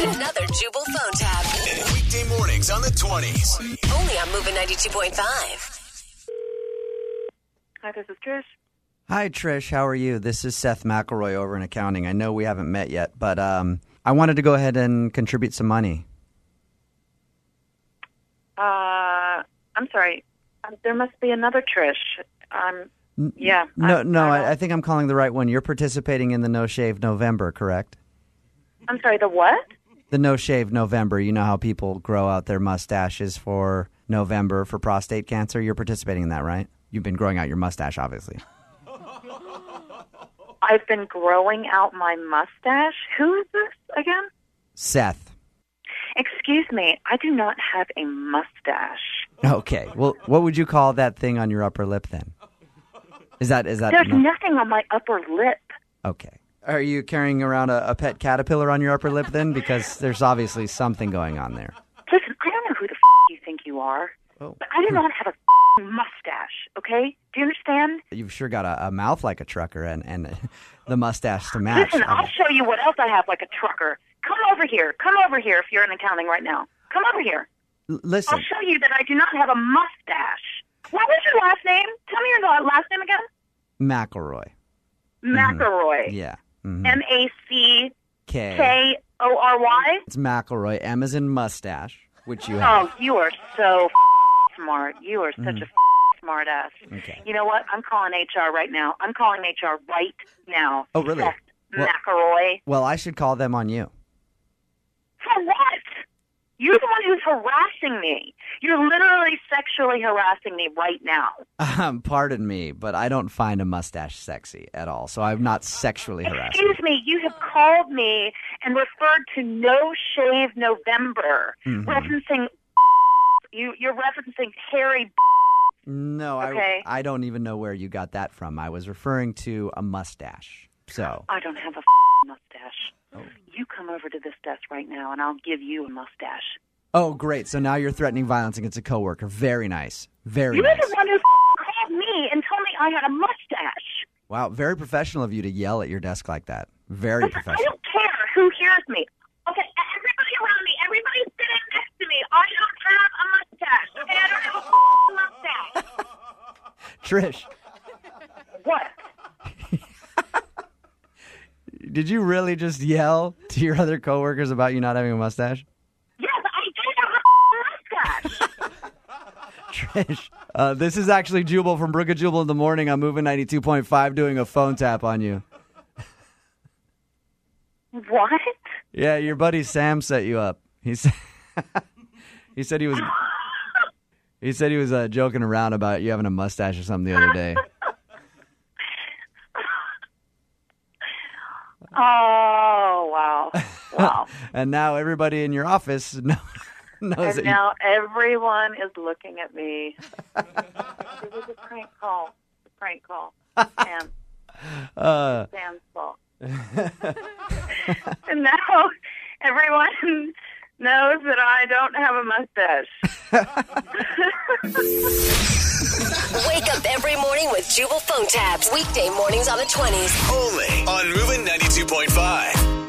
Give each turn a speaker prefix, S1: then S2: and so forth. S1: another Jubal phone tab.
S2: Weekday mornings on the 20s.
S1: Only on Moving 92.5.
S3: Hi, this is Trish.
S4: Hi, Trish. How are you? This is Seth McElroy over in accounting. I know we haven't met yet, but um, I wanted to go ahead and contribute some money.
S3: Uh, I'm sorry. Um, there must be another Trish. Um, yeah.
S4: No,
S3: I,
S4: no,
S3: I,
S4: I, I think I'm calling the right one. You're participating in the No Shave November, correct?
S3: am sorry. The what?
S4: The No Shave November. You know how people grow out their mustaches for November for prostate cancer. You're participating in that, right? You've been growing out your mustache, obviously.
S3: I've been growing out my mustache. Who is this again?
S4: Seth.
S3: Excuse me. I do not have a mustache.
S4: Okay. Well, what would you call that thing on your upper lip then? Is that is that
S3: There's
S4: no-
S3: nothing on my upper lip.
S4: Okay. Are you carrying around a, a pet caterpillar on your upper lip then? Because there's obviously something going on there.
S3: Listen, I don't know who the f- you think you are,
S4: Oh.
S3: but I do not have a f- mustache. Okay? Do you understand?
S4: You've sure got a, a mouth like a trucker and, and the mustache to match.
S3: Listen, I'll show you what else I have like a trucker. Come over here. Come over here if you're in accounting right now. Come over here.
S4: L-
S3: I'll
S4: Listen,
S3: show you that I do not have a mustache. What was your last name? Tell me your la- last name again.
S4: McElroy.
S3: McElroy.
S4: Mm-hmm. Yeah. hmm
S3: M A C
S4: K.
S3: K O R Y.
S4: It's McElroy. M is in mustache, which you have.
S3: Oh, you are so f- smart. You are such a f- smart ass.
S4: Mm-hmm. Okay.
S3: You know what? I'm calling HR right now. I'm calling HR right now.
S4: Oh, really?
S3: Seth
S4: Well-
S3: McElroy.
S4: Well, I should call them on you.
S3: For what? You're the one who's harassing me. You're literally sexually harassing me right now.
S4: Um, pardon me, but I don't find a mustache sexy at all, so I'm not sexually harassing.
S3: Excuse me, you have called me and referred to No Shave November,
S4: Mhm.
S3: referencing you. You're referencing hairy.
S4: No,
S3: Okay.
S4: I, I don't even know where you got that from. I was referring to a mustache. So,
S3: I don't have a mustache. You come over to this desk right now, and I'll give you a mustache.
S4: oh, great. So now you're threatening violence against a coworker. Very nice. Very
S3: You're
S4: nice.
S3: the one who called me and told me I had a mustache.
S4: Wow, very professional of you to yell at your desk like that. Very
S3: I
S4: professional.
S3: don't care who hears me. Okay, e-, everybody around me, everybody sitting next to me. I don't have a mustache. Okay, I don't have a mustache.
S4: Trish,
S3: What?
S4: did you really just yell to your other coworkers about you not having a mustache?
S3: Yes, I do have a mustache.
S4: Trish, uh, this is actually Jubal from Brook of Jubal in the morning. I'm moving 92.5 doing a phone tap on you.
S3: What?
S4: Yeah, your buddy Sam set you up. He said he said he was he said he was uh, joking around about you having a mustache or something the other day.
S3: Oh, wow. Wow.
S4: And now everybody in your office know, knows
S3: and
S4: that
S3: now everyone is looking at me. it was a prank call. A prank call. Sam.
S4: you, uh,
S3: Sam's fault. and now everyone knows that I don't have a mustache.
S1: Wake up every morning with Jubal phone tabs. Weekday mornings on the 20s.
S2: Only on Moving 92.5.